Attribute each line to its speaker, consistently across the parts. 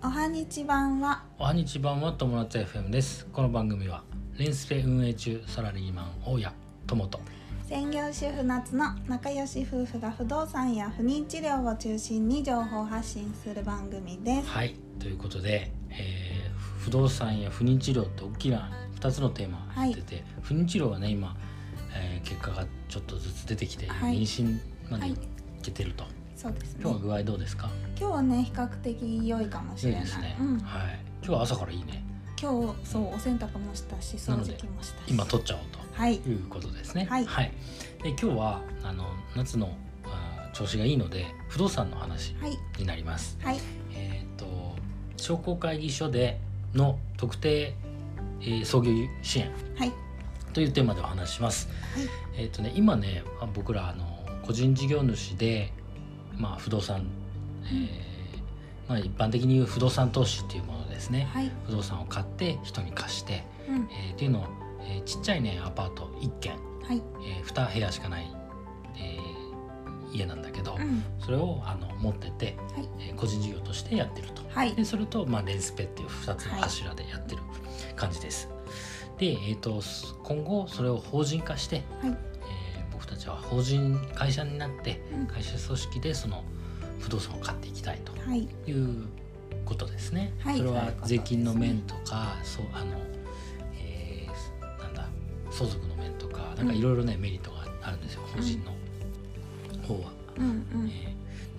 Speaker 1: はにち版は
Speaker 2: おはにちばんは友達 FM ですこの番組はレンスペ運営中サラリーマン大家友と
Speaker 1: 専業主婦夏の仲良し夫婦が不動産や不妊治療を中心に情報発信する番組です
Speaker 2: はいということで、えー不動産や不妊治療って大きな2つのテーマやってて、不妊治療はね今、えー結果がちょっとずつ出てきて、
Speaker 1: はい
Speaker 2: 妊娠まで
Speaker 1: はいい
Speaker 2: けてると、
Speaker 1: そうですね
Speaker 2: 今日は具合どうですか
Speaker 1: 今日はね比較的良いかもし
Speaker 2: いい
Speaker 1: れない
Speaker 2: ですね、
Speaker 1: うん、
Speaker 2: はい今日は朝からいいね
Speaker 1: 今日そうお洗濯もしたし掃除機もしたし
Speaker 2: 今取っちゃおう
Speaker 1: はい
Speaker 2: ということですね
Speaker 1: はい
Speaker 2: で今日はあの夏のあー調子がいいので不動産の話
Speaker 1: はい
Speaker 2: になります
Speaker 1: はい
Speaker 2: えー、と商工会議所での特定、えー創業支援
Speaker 1: はい
Speaker 2: というテーマでお話しします。えーとね、今ねあ僕らあの個人事業主で、まあ、不動産、えーまあ、一般的に言う不動産投資っていうものですね、
Speaker 1: はい
Speaker 2: 不動産を買って人に貸して、
Speaker 1: うん
Speaker 2: えーっていうのを、えーちっちゃいねアパート1軒、
Speaker 1: はい
Speaker 2: え2部屋しかない、えー家なんだけど、
Speaker 1: うん
Speaker 2: それをあの持ってて、
Speaker 1: はい
Speaker 2: えー個人事業としてやってると。
Speaker 1: はい
Speaker 2: でそれと、まあ、レンスペっていう2つの柱でやってる感じです。で、えー、とす今後それを法人化して、
Speaker 1: はい
Speaker 2: えー僕たちは法人会社になって
Speaker 1: うん
Speaker 2: 会社組織でその不動産を買っていきたいと
Speaker 1: はい
Speaker 2: いうことですね。
Speaker 1: はい
Speaker 2: それ
Speaker 1: そうい
Speaker 2: は
Speaker 1: うことです
Speaker 2: 税
Speaker 1: ね
Speaker 2: 金の面とかそうあの、えーなんだ相続の面とかなんかいろいろね、メリットがあるんですよ法人の方は。
Speaker 1: うんうん
Speaker 2: えー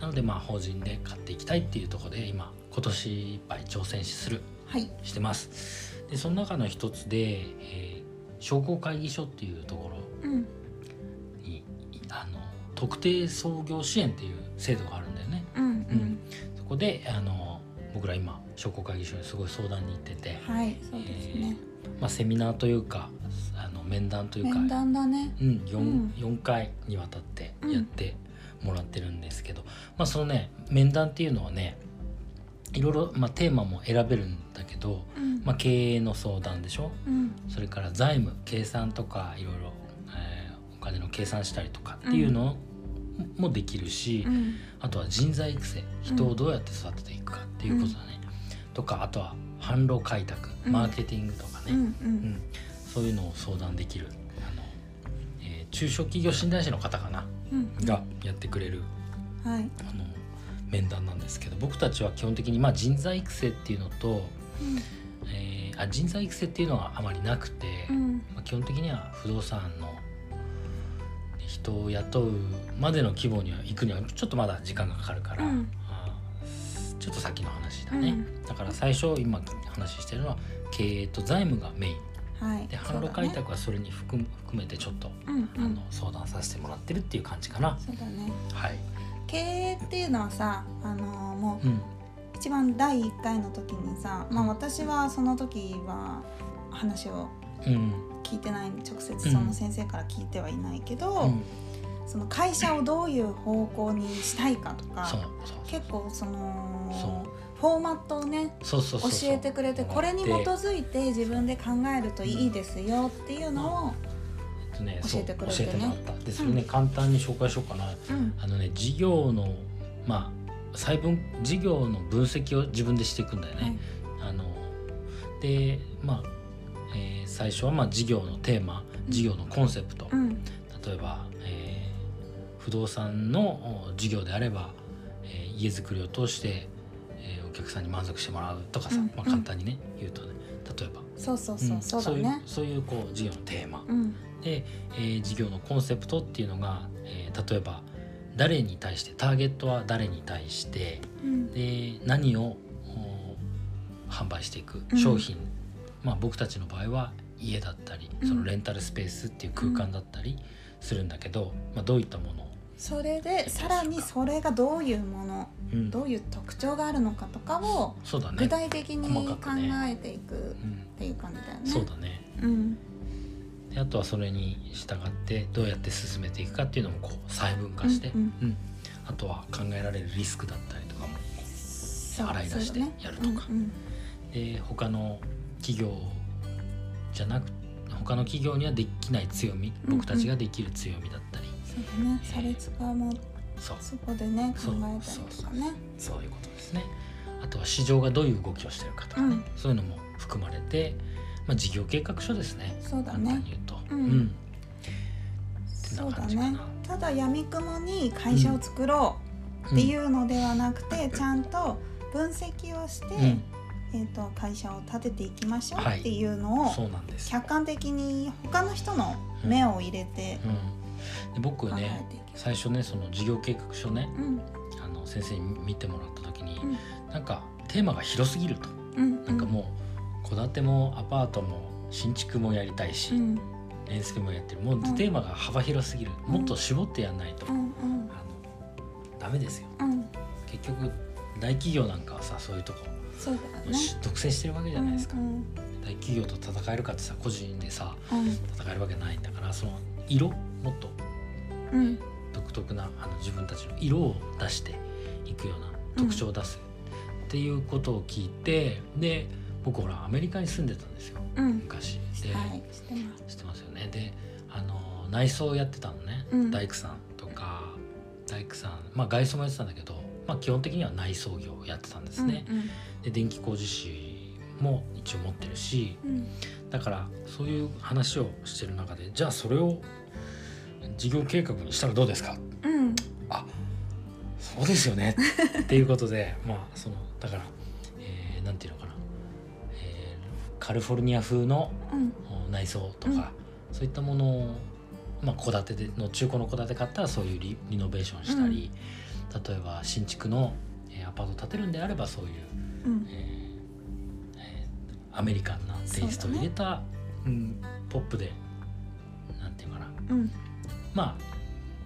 Speaker 2: なのでまあ法人で買っていきたいっていうところで今今年いっぱい挑戦する
Speaker 1: はい
Speaker 2: してますでその中の一つで、えー商工会議所っていうところ
Speaker 1: うん
Speaker 2: にいあの特定創業支援っていう制度があるんだよね
Speaker 1: うんうん
Speaker 2: そこであの僕ら今商工会議所にすごい相談に行ってて、
Speaker 1: はいそうですね
Speaker 2: まあ、セミナーというかあの面談というか
Speaker 1: 面談だね
Speaker 2: うん、4,
Speaker 1: うん
Speaker 2: 4回にわたってやってもらってるんですけど、まあそのね面談っていうのはねいろいろ、まあ、テーマも選べるんだけど、
Speaker 1: うん
Speaker 2: まあ、経営の相談でしょ
Speaker 1: うん
Speaker 2: それから財務計算とかいろいろ、えーお金の計算したりとかっていうのもできるし、
Speaker 1: うん
Speaker 2: あとは人材育成人をどうやって育てていくかっていうことだね、とかあとは販路開拓
Speaker 1: うん
Speaker 2: マーケティングとか
Speaker 1: う
Speaker 2: ね、
Speaker 1: んう
Speaker 2: うんん、そういうのを相談できるあの、えー中小企業診断士の方かな
Speaker 1: うんうん
Speaker 2: がやってくれる
Speaker 1: はい
Speaker 2: あの面談なんですけど僕たちは基本的に、まあ、人材育成っていうのと、えーあ人材育成っていうのはあまりなくて、
Speaker 1: うんうん
Speaker 2: まあ、基本的には不動産の人を雇うまでの規模には行くにはちょっとまだ時間がかかるから、
Speaker 1: うん
Speaker 2: あーちょっと先の話だね、
Speaker 1: うん
Speaker 2: だから最初今話してるのは経営と財務がメイン
Speaker 1: はい
Speaker 2: で
Speaker 1: そ
Speaker 2: 販
Speaker 1: うだ
Speaker 2: 路
Speaker 1: ね
Speaker 2: 開拓はそれに含む含めてちょっと、
Speaker 1: うんう
Speaker 2: あ
Speaker 1: ん
Speaker 2: の相談させてもらってるっていう感じかな。
Speaker 1: そうだね
Speaker 2: はい。
Speaker 1: 経営っていうのはさあのーも
Speaker 2: うん。
Speaker 1: う一番第一回の時にさまあ私はその時は話を
Speaker 2: うん。
Speaker 1: 聞いてない直接その先生から聞いてはいないけど、
Speaker 2: うん
Speaker 1: その会社をどういう方向にしたいかとか
Speaker 2: そうそう
Speaker 1: 結構その
Speaker 2: そ
Speaker 1: フォーマットをね
Speaker 2: そうそう
Speaker 1: 教
Speaker 2: そうそう。
Speaker 1: えてくれてこれに基
Speaker 2: で
Speaker 1: づいて自分で考えるといいですよっていうのを、
Speaker 2: えっとね
Speaker 1: 教えてくれてね
Speaker 2: そう教えてもらった。でそれね、簡単に紹介しようかな。
Speaker 1: うん
Speaker 2: あのね事業のまあ細分事業の分析を自分でしていくんだよね。あのでまあ、えー最初はまあ事業のテーマ、事業のコンセプト。
Speaker 1: うん
Speaker 2: 例えば、えー不動産のお事業であれば、えー家づくりを通して、えーお客さんに満足してもらうとかさ、
Speaker 1: うん
Speaker 2: まあ、
Speaker 1: うん
Speaker 2: 簡単にね言うとね例えば、
Speaker 1: そうそうそう、
Speaker 2: ん
Speaker 1: そうだね
Speaker 2: そういうそういうこう事業のテーマ、
Speaker 1: うん
Speaker 2: で、えー事業のコンセプトっていうのが、えー例えば誰に対してターゲットは誰に対して
Speaker 1: うん
Speaker 2: で何をお販売していく
Speaker 1: うん
Speaker 2: 商品、まあ、僕たちの場合は家だったり
Speaker 1: うん
Speaker 2: そのレンタルスペースっていう空間だったりするんだけど、まあ、どういったものを、
Speaker 1: それでさらにそれがどういうもの
Speaker 2: うん
Speaker 1: どういう特徴があるのかとかを
Speaker 2: そうだね
Speaker 1: 具、体的に
Speaker 2: 細
Speaker 1: 考
Speaker 2: かくね
Speaker 1: えていく
Speaker 2: うん
Speaker 1: っていう感じだよね。
Speaker 2: そうだね
Speaker 1: うん
Speaker 2: であとはそれに従ってどうやって進めていくかっていうのもこう細分化して、
Speaker 1: うん
Speaker 2: うんあとは考えられるリスクだったりとかも
Speaker 1: そう
Speaker 2: 洗い出してやるとか
Speaker 1: うん
Speaker 2: で他の企業じゃなく他の企業にはできない強み
Speaker 1: うん
Speaker 2: 僕たちができる強みだったり、
Speaker 1: うんそうだね差別化も
Speaker 2: そう
Speaker 1: そこでね考
Speaker 2: そう
Speaker 1: えたりとかね
Speaker 2: そういうことですね。あとは市場がどういう動きをしてるかとかね、
Speaker 1: うん
Speaker 2: そういうのも含まれて、まあ、事業計画書ですね
Speaker 1: そうだ
Speaker 2: 簡単
Speaker 1: ね
Speaker 2: に言うと。
Speaker 1: うん
Speaker 2: て
Speaker 1: そ
Speaker 2: な
Speaker 1: うだ
Speaker 2: 感じかな
Speaker 1: ねただやみくもに会社を作ろうっていうのではなくて、ちゃんと分析をして、
Speaker 2: うん
Speaker 1: えー、と会社を立てていきましょう
Speaker 2: はい
Speaker 1: っていうのを
Speaker 2: そうなんですよ、
Speaker 1: 客観的に他の人の目を入れて
Speaker 2: うん、で僕
Speaker 1: 考え
Speaker 2: ね
Speaker 1: ていけ
Speaker 2: 最初ねその事業計画書ね
Speaker 1: る。うん
Speaker 2: あの先生に見てもらった時に、
Speaker 1: うん
Speaker 2: なんかテーマが広すぎると
Speaker 1: うん
Speaker 2: なんかもう戸建てもアパートも新築もやりたいし、
Speaker 1: うんうん
Speaker 2: 連付もやってるもう
Speaker 1: うん
Speaker 2: テーマが幅広すぎる、
Speaker 1: うん
Speaker 2: もっと絞ってやんないと、
Speaker 1: う
Speaker 2: あ
Speaker 1: んうん
Speaker 2: のダメですよ
Speaker 1: うん
Speaker 2: 結局大企業なんかはさそういうとこ、
Speaker 1: そうだよね
Speaker 2: し独占してるわけじゃないですか、
Speaker 1: うん
Speaker 2: 大企業と戦えるかってさ個人でさ
Speaker 1: うん
Speaker 2: 戦えるわけないんだからその色もっと
Speaker 1: うん
Speaker 2: 独特なあの自分たちの色を出していくような特徴を出すっていうことを聞いて、で僕ほらアメリカに住んでたんですよ
Speaker 1: うん
Speaker 2: 昔で、
Speaker 1: はいしてます
Speaker 2: してますよねであの内装をやってたのね、
Speaker 1: うん
Speaker 2: 大工さんとか大工さんまあ外装もやってたんだけど、まあ、基本的には内装業をやってたんですね、
Speaker 1: うん
Speaker 2: で電気工事士も一応持ってるし
Speaker 1: うん
Speaker 2: だからそういう話をしてる中でじゃあそれを事業計画にしたらどうですか
Speaker 1: うんうん
Speaker 2: そうですよねっていうことでまあそのだから、えーなんていうのかな、えーカリフォルニア風の
Speaker 1: うん
Speaker 2: 内装とか、そういったものをまあ戸建てでの中古の戸建て買ったらそういうリリノベーションしたり、例えば新築の、えーアパート建てるんであればそういう、
Speaker 1: うん
Speaker 2: えーえーアメリカンなテイストを入れたう、ん、ポップでなんていうかな
Speaker 1: うん
Speaker 2: ま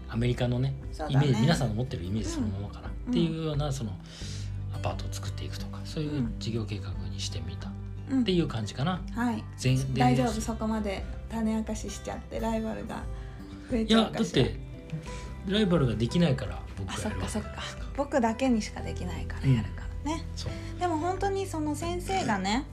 Speaker 2: あアメリカのね
Speaker 1: そう
Speaker 2: イメ
Speaker 1: だ
Speaker 2: ージ、
Speaker 1: ね
Speaker 2: 皆さんの持ってるイメージそのままかな、
Speaker 1: うん
Speaker 2: っていうようなそのアパートを作っていくとかそういう事業計画にしてみたっ
Speaker 1: うん
Speaker 2: ていう感じかな。
Speaker 1: はい
Speaker 2: 全で
Speaker 1: 大丈夫そこまで種明かししちゃってライバルが増え
Speaker 2: い
Speaker 1: ちゃ
Speaker 2: や
Speaker 1: う
Speaker 2: だ
Speaker 1: か
Speaker 2: っ
Speaker 1: しら
Speaker 2: てライバルができないから僕
Speaker 1: あ
Speaker 2: が
Speaker 1: そ
Speaker 2: や
Speaker 1: っ
Speaker 2: る
Speaker 1: か
Speaker 2: わ
Speaker 1: そ
Speaker 2: け
Speaker 1: っ
Speaker 2: じゃ
Speaker 1: か
Speaker 2: ないですか
Speaker 1: 僕だけにしかできないからやるからね、
Speaker 2: そう
Speaker 1: でも本当にその先生がね、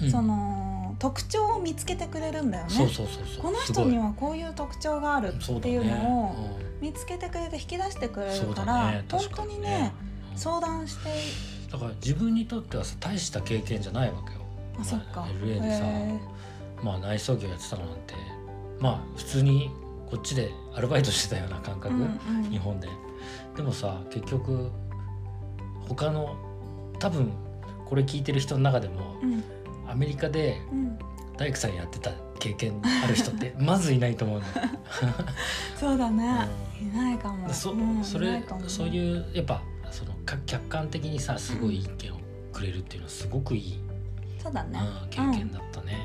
Speaker 2: うん
Speaker 1: その特徴を見つけてくれるんだよね
Speaker 2: そうそうそうそう
Speaker 1: この
Speaker 2: す
Speaker 1: 人
Speaker 2: ごい
Speaker 1: にはこういう特徴がある
Speaker 2: そ
Speaker 1: っ
Speaker 2: だ
Speaker 1: て
Speaker 2: ね
Speaker 1: いうのを
Speaker 2: うん
Speaker 1: 見つけてくれて引き出してくれ
Speaker 2: そ
Speaker 1: る
Speaker 2: う
Speaker 1: か
Speaker 2: だ
Speaker 1: ら
Speaker 2: ね
Speaker 1: 本
Speaker 2: 確
Speaker 1: 当
Speaker 2: か
Speaker 1: に
Speaker 2: に
Speaker 1: ね
Speaker 2: ねう
Speaker 1: 相談して
Speaker 2: んだから自分にとってはさ大した経験じゃないわけよ
Speaker 1: あそっか
Speaker 2: まあ
Speaker 1: へ
Speaker 2: LA でさまあ内装業やってたのなんてまあ普通にこっちでアルバイトしてたような感
Speaker 1: え
Speaker 2: 覚、日本ででもさ結局他の多分これ聞いてる人の中でも
Speaker 1: うんうん
Speaker 2: アメリカで
Speaker 1: うんうん
Speaker 2: 大工さんやってた経験ある人って まずいないと思うんだよ
Speaker 1: そうだね、いないかも
Speaker 2: そ
Speaker 1: うん
Speaker 2: そ
Speaker 1: いな
Speaker 2: れ
Speaker 1: いかもね
Speaker 2: そういうやっぱそのか客観的にさすごい意見をくれるっていうのはすごくいい、
Speaker 1: そうだ
Speaker 2: うん
Speaker 1: ね、
Speaker 2: 経験だったね。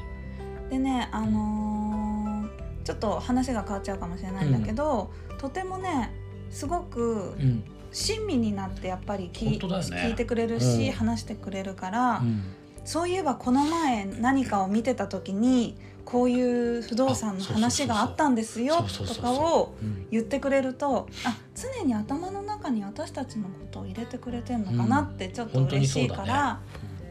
Speaker 1: でねあのーちょっと話が変わっちゃうかもしれないんだけど、とてもねすごく
Speaker 2: うん
Speaker 1: 親身になってやっぱり聞,、
Speaker 2: 本当だよね
Speaker 1: 聞いてくれるし、
Speaker 2: うん
Speaker 1: 話してくれるから、
Speaker 2: うん
Speaker 1: そういえばこの前何かを見てた時にこういう不動産の話があったんですよ
Speaker 2: あそうそう
Speaker 1: と
Speaker 2: そうそう
Speaker 1: かを
Speaker 2: うん
Speaker 1: 言ってくれるとあ常に頭の中に私たちのことを入れてくれてんのかなってちょっと
Speaker 2: 本当
Speaker 1: 嬉
Speaker 2: に
Speaker 1: し
Speaker 2: そう
Speaker 1: い
Speaker 2: だ
Speaker 1: か
Speaker 2: ね
Speaker 1: ら、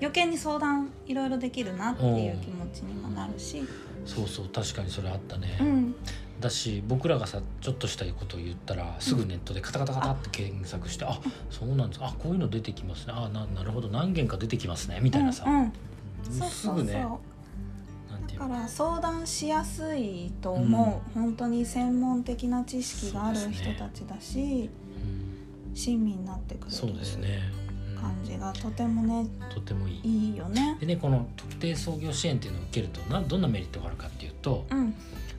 Speaker 1: 余計に相談いろいろできるなっていう気持ちにもなるし。
Speaker 2: そうそう確かにそれあったね、
Speaker 1: うん
Speaker 2: だし僕らがさちょっとしたことを言ったらすぐネットでカタカタカタって検索して、あそうなんですあこういうの出てきますねあななるほど何件か出てきますねみたいなさ、
Speaker 1: うんうん、そう
Speaker 2: す
Speaker 1: そうそ
Speaker 2: ぐ
Speaker 1: う、
Speaker 2: ねなんてい
Speaker 1: だ
Speaker 2: うの
Speaker 1: から相談しやすいと思う、本当に専門的な知識がある
Speaker 2: そうです
Speaker 1: 人
Speaker 2: ね
Speaker 1: たちだし、
Speaker 2: うん
Speaker 1: 親身になってくれ
Speaker 2: そうです
Speaker 1: る
Speaker 2: ね、
Speaker 1: 感じがとてもね
Speaker 2: うんとてもいい。
Speaker 1: いいよね。
Speaker 2: でねこの特定創業支援っていうのを受けるとなどんなメリットがあるかっていうと
Speaker 1: うん、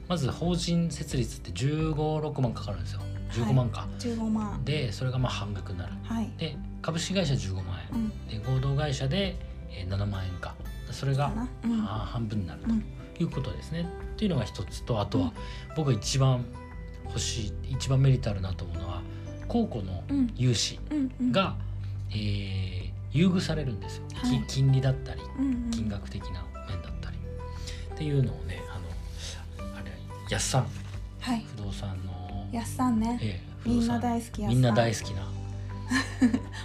Speaker 2: まず法人設立って1516万かかるんですよ15万か、
Speaker 1: 15万
Speaker 2: でそれがまあ半額になる
Speaker 1: はい、
Speaker 2: で株式会社15万
Speaker 1: う、
Speaker 2: 円
Speaker 1: ん、
Speaker 2: で合同会社でえー7万円かそれが
Speaker 1: かな、うん、
Speaker 2: あー半分になる
Speaker 1: うん
Speaker 2: ということですね。というのが一つとあと
Speaker 1: うん
Speaker 2: は僕が一番欲しい一番メリットあるなと思うのは公庫の
Speaker 1: うん、
Speaker 2: 融資
Speaker 1: うん、うん、
Speaker 2: が、えー優遇されるんですよ、き
Speaker 1: はい
Speaker 2: 金利だったり
Speaker 1: うん、うん、
Speaker 2: 金額的な面だったりっていうのをねあのあれ安さん
Speaker 1: はい、
Speaker 2: 不動産の、
Speaker 1: やっさんね、
Speaker 2: えー不
Speaker 1: み
Speaker 2: 動
Speaker 1: んな
Speaker 2: 産
Speaker 1: 大好きやっさん、
Speaker 2: みんな大好きな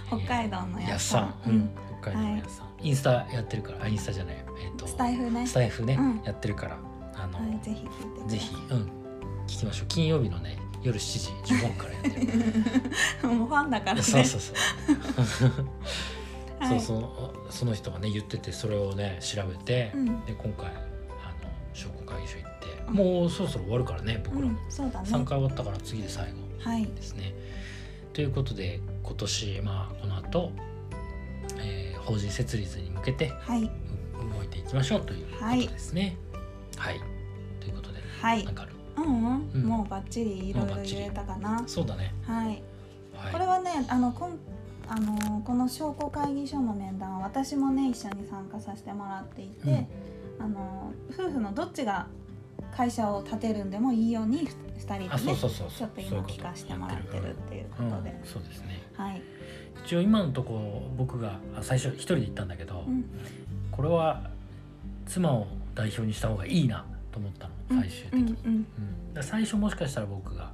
Speaker 1: 北海道の
Speaker 2: えー
Speaker 1: やっ
Speaker 2: 安
Speaker 1: さ
Speaker 2: さ
Speaker 1: ん
Speaker 2: ん、、
Speaker 1: う
Speaker 2: うんん、北海道の安さん、インスタやってるからあインスタじゃないえっ、と
Speaker 1: スタイフね、
Speaker 2: スタイフね、
Speaker 1: うん
Speaker 2: やってるからあの、
Speaker 1: はい、ぜひ聞いてください
Speaker 2: ぜひ、うん、聞きましょう。金曜日のね、夜7時15分からやってる。
Speaker 1: もうファンだからね。
Speaker 2: そうそうそう。
Speaker 1: はい
Speaker 2: そうそのその人がね言っててそれをね調べて、
Speaker 1: うん
Speaker 2: で今回あの商工会議所行って、
Speaker 1: うん
Speaker 2: もうそろそろ終わるからね僕
Speaker 1: う
Speaker 2: らも
Speaker 1: ん、、そうだね
Speaker 2: 3回終わったから次で最後
Speaker 1: はい
Speaker 2: ですね。ということで今年、まあ、この後、えー法人設立に向けて
Speaker 1: はいう
Speaker 2: 動いていきましょうということですね。はい、ということで
Speaker 1: はい
Speaker 2: なんかある
Speaker 1: うん、う、
Speaker 2: うんん
Speaker 1: もうバッチリいろい
Speaker 2: もう
Speaker 1: ろ
Speaker 2: バッチリ
Speaker 1: 言えたかな
Speaker 2: そうだね、
Speaker 1: はい
Speaker 2: はい、
Speaker 1: これはねあのこんあのこの商工会議所の面談は私もね一緒に参加させてもらっていて、あの夫婦のどっちが会社を立てるんでもいいようにふ二
Speaker 2: うん、
Speaker 1: 人
Speaker 2: あ
Speaker 1: で
Speaker 2: そう
Speaker 1: ね
Speaker 2: そうそう
Speaker 1: ち
Speaker 2: そ
Speaker 1: ょ
Speaker 2: う
Speaker 1: っと
Speaker 2: そ
Speaker 1: 今
Speaker 2: ういうこ
Speaker 1: 聞かせてもらってるっていう
Speaker 2: う
Speaker 1: こ
Speaker 2: ん
Speaker 1: とで、
Speaker 2: そうですね
Speaker 1: はい、
Speaker 2: 一応今のところ僕があ最初一人で行ったんだけど、
Speaker 1: うん、
Speaker 2: これは妻を代表にした方がいいなと思ったの最終的に、
Speaker 1: うんうん
Speaker 2: うんだから最初もしかしたら僕が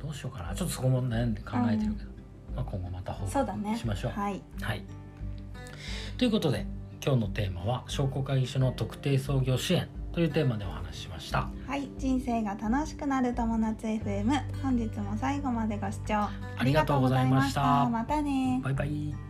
Speaker 2: どうしようかなちょっとそこも悩んで考えてるけど、まあ、今後また報
Speaker 1: そうだね
Speaker 2: 告しましょう。
Speaker 1: はい
Speaker 2: はい、ということで今日のテーマは「商工会議所の特定創業支援」というテーマでお話ししました。
Speaker 1: はい、人生が楽しくなる友達 FM 本日も最後までご視聴あ
Speaker 2: りがとうございました
Speaker 1: りがとうございましたまたね
Speaker 2: バイバイ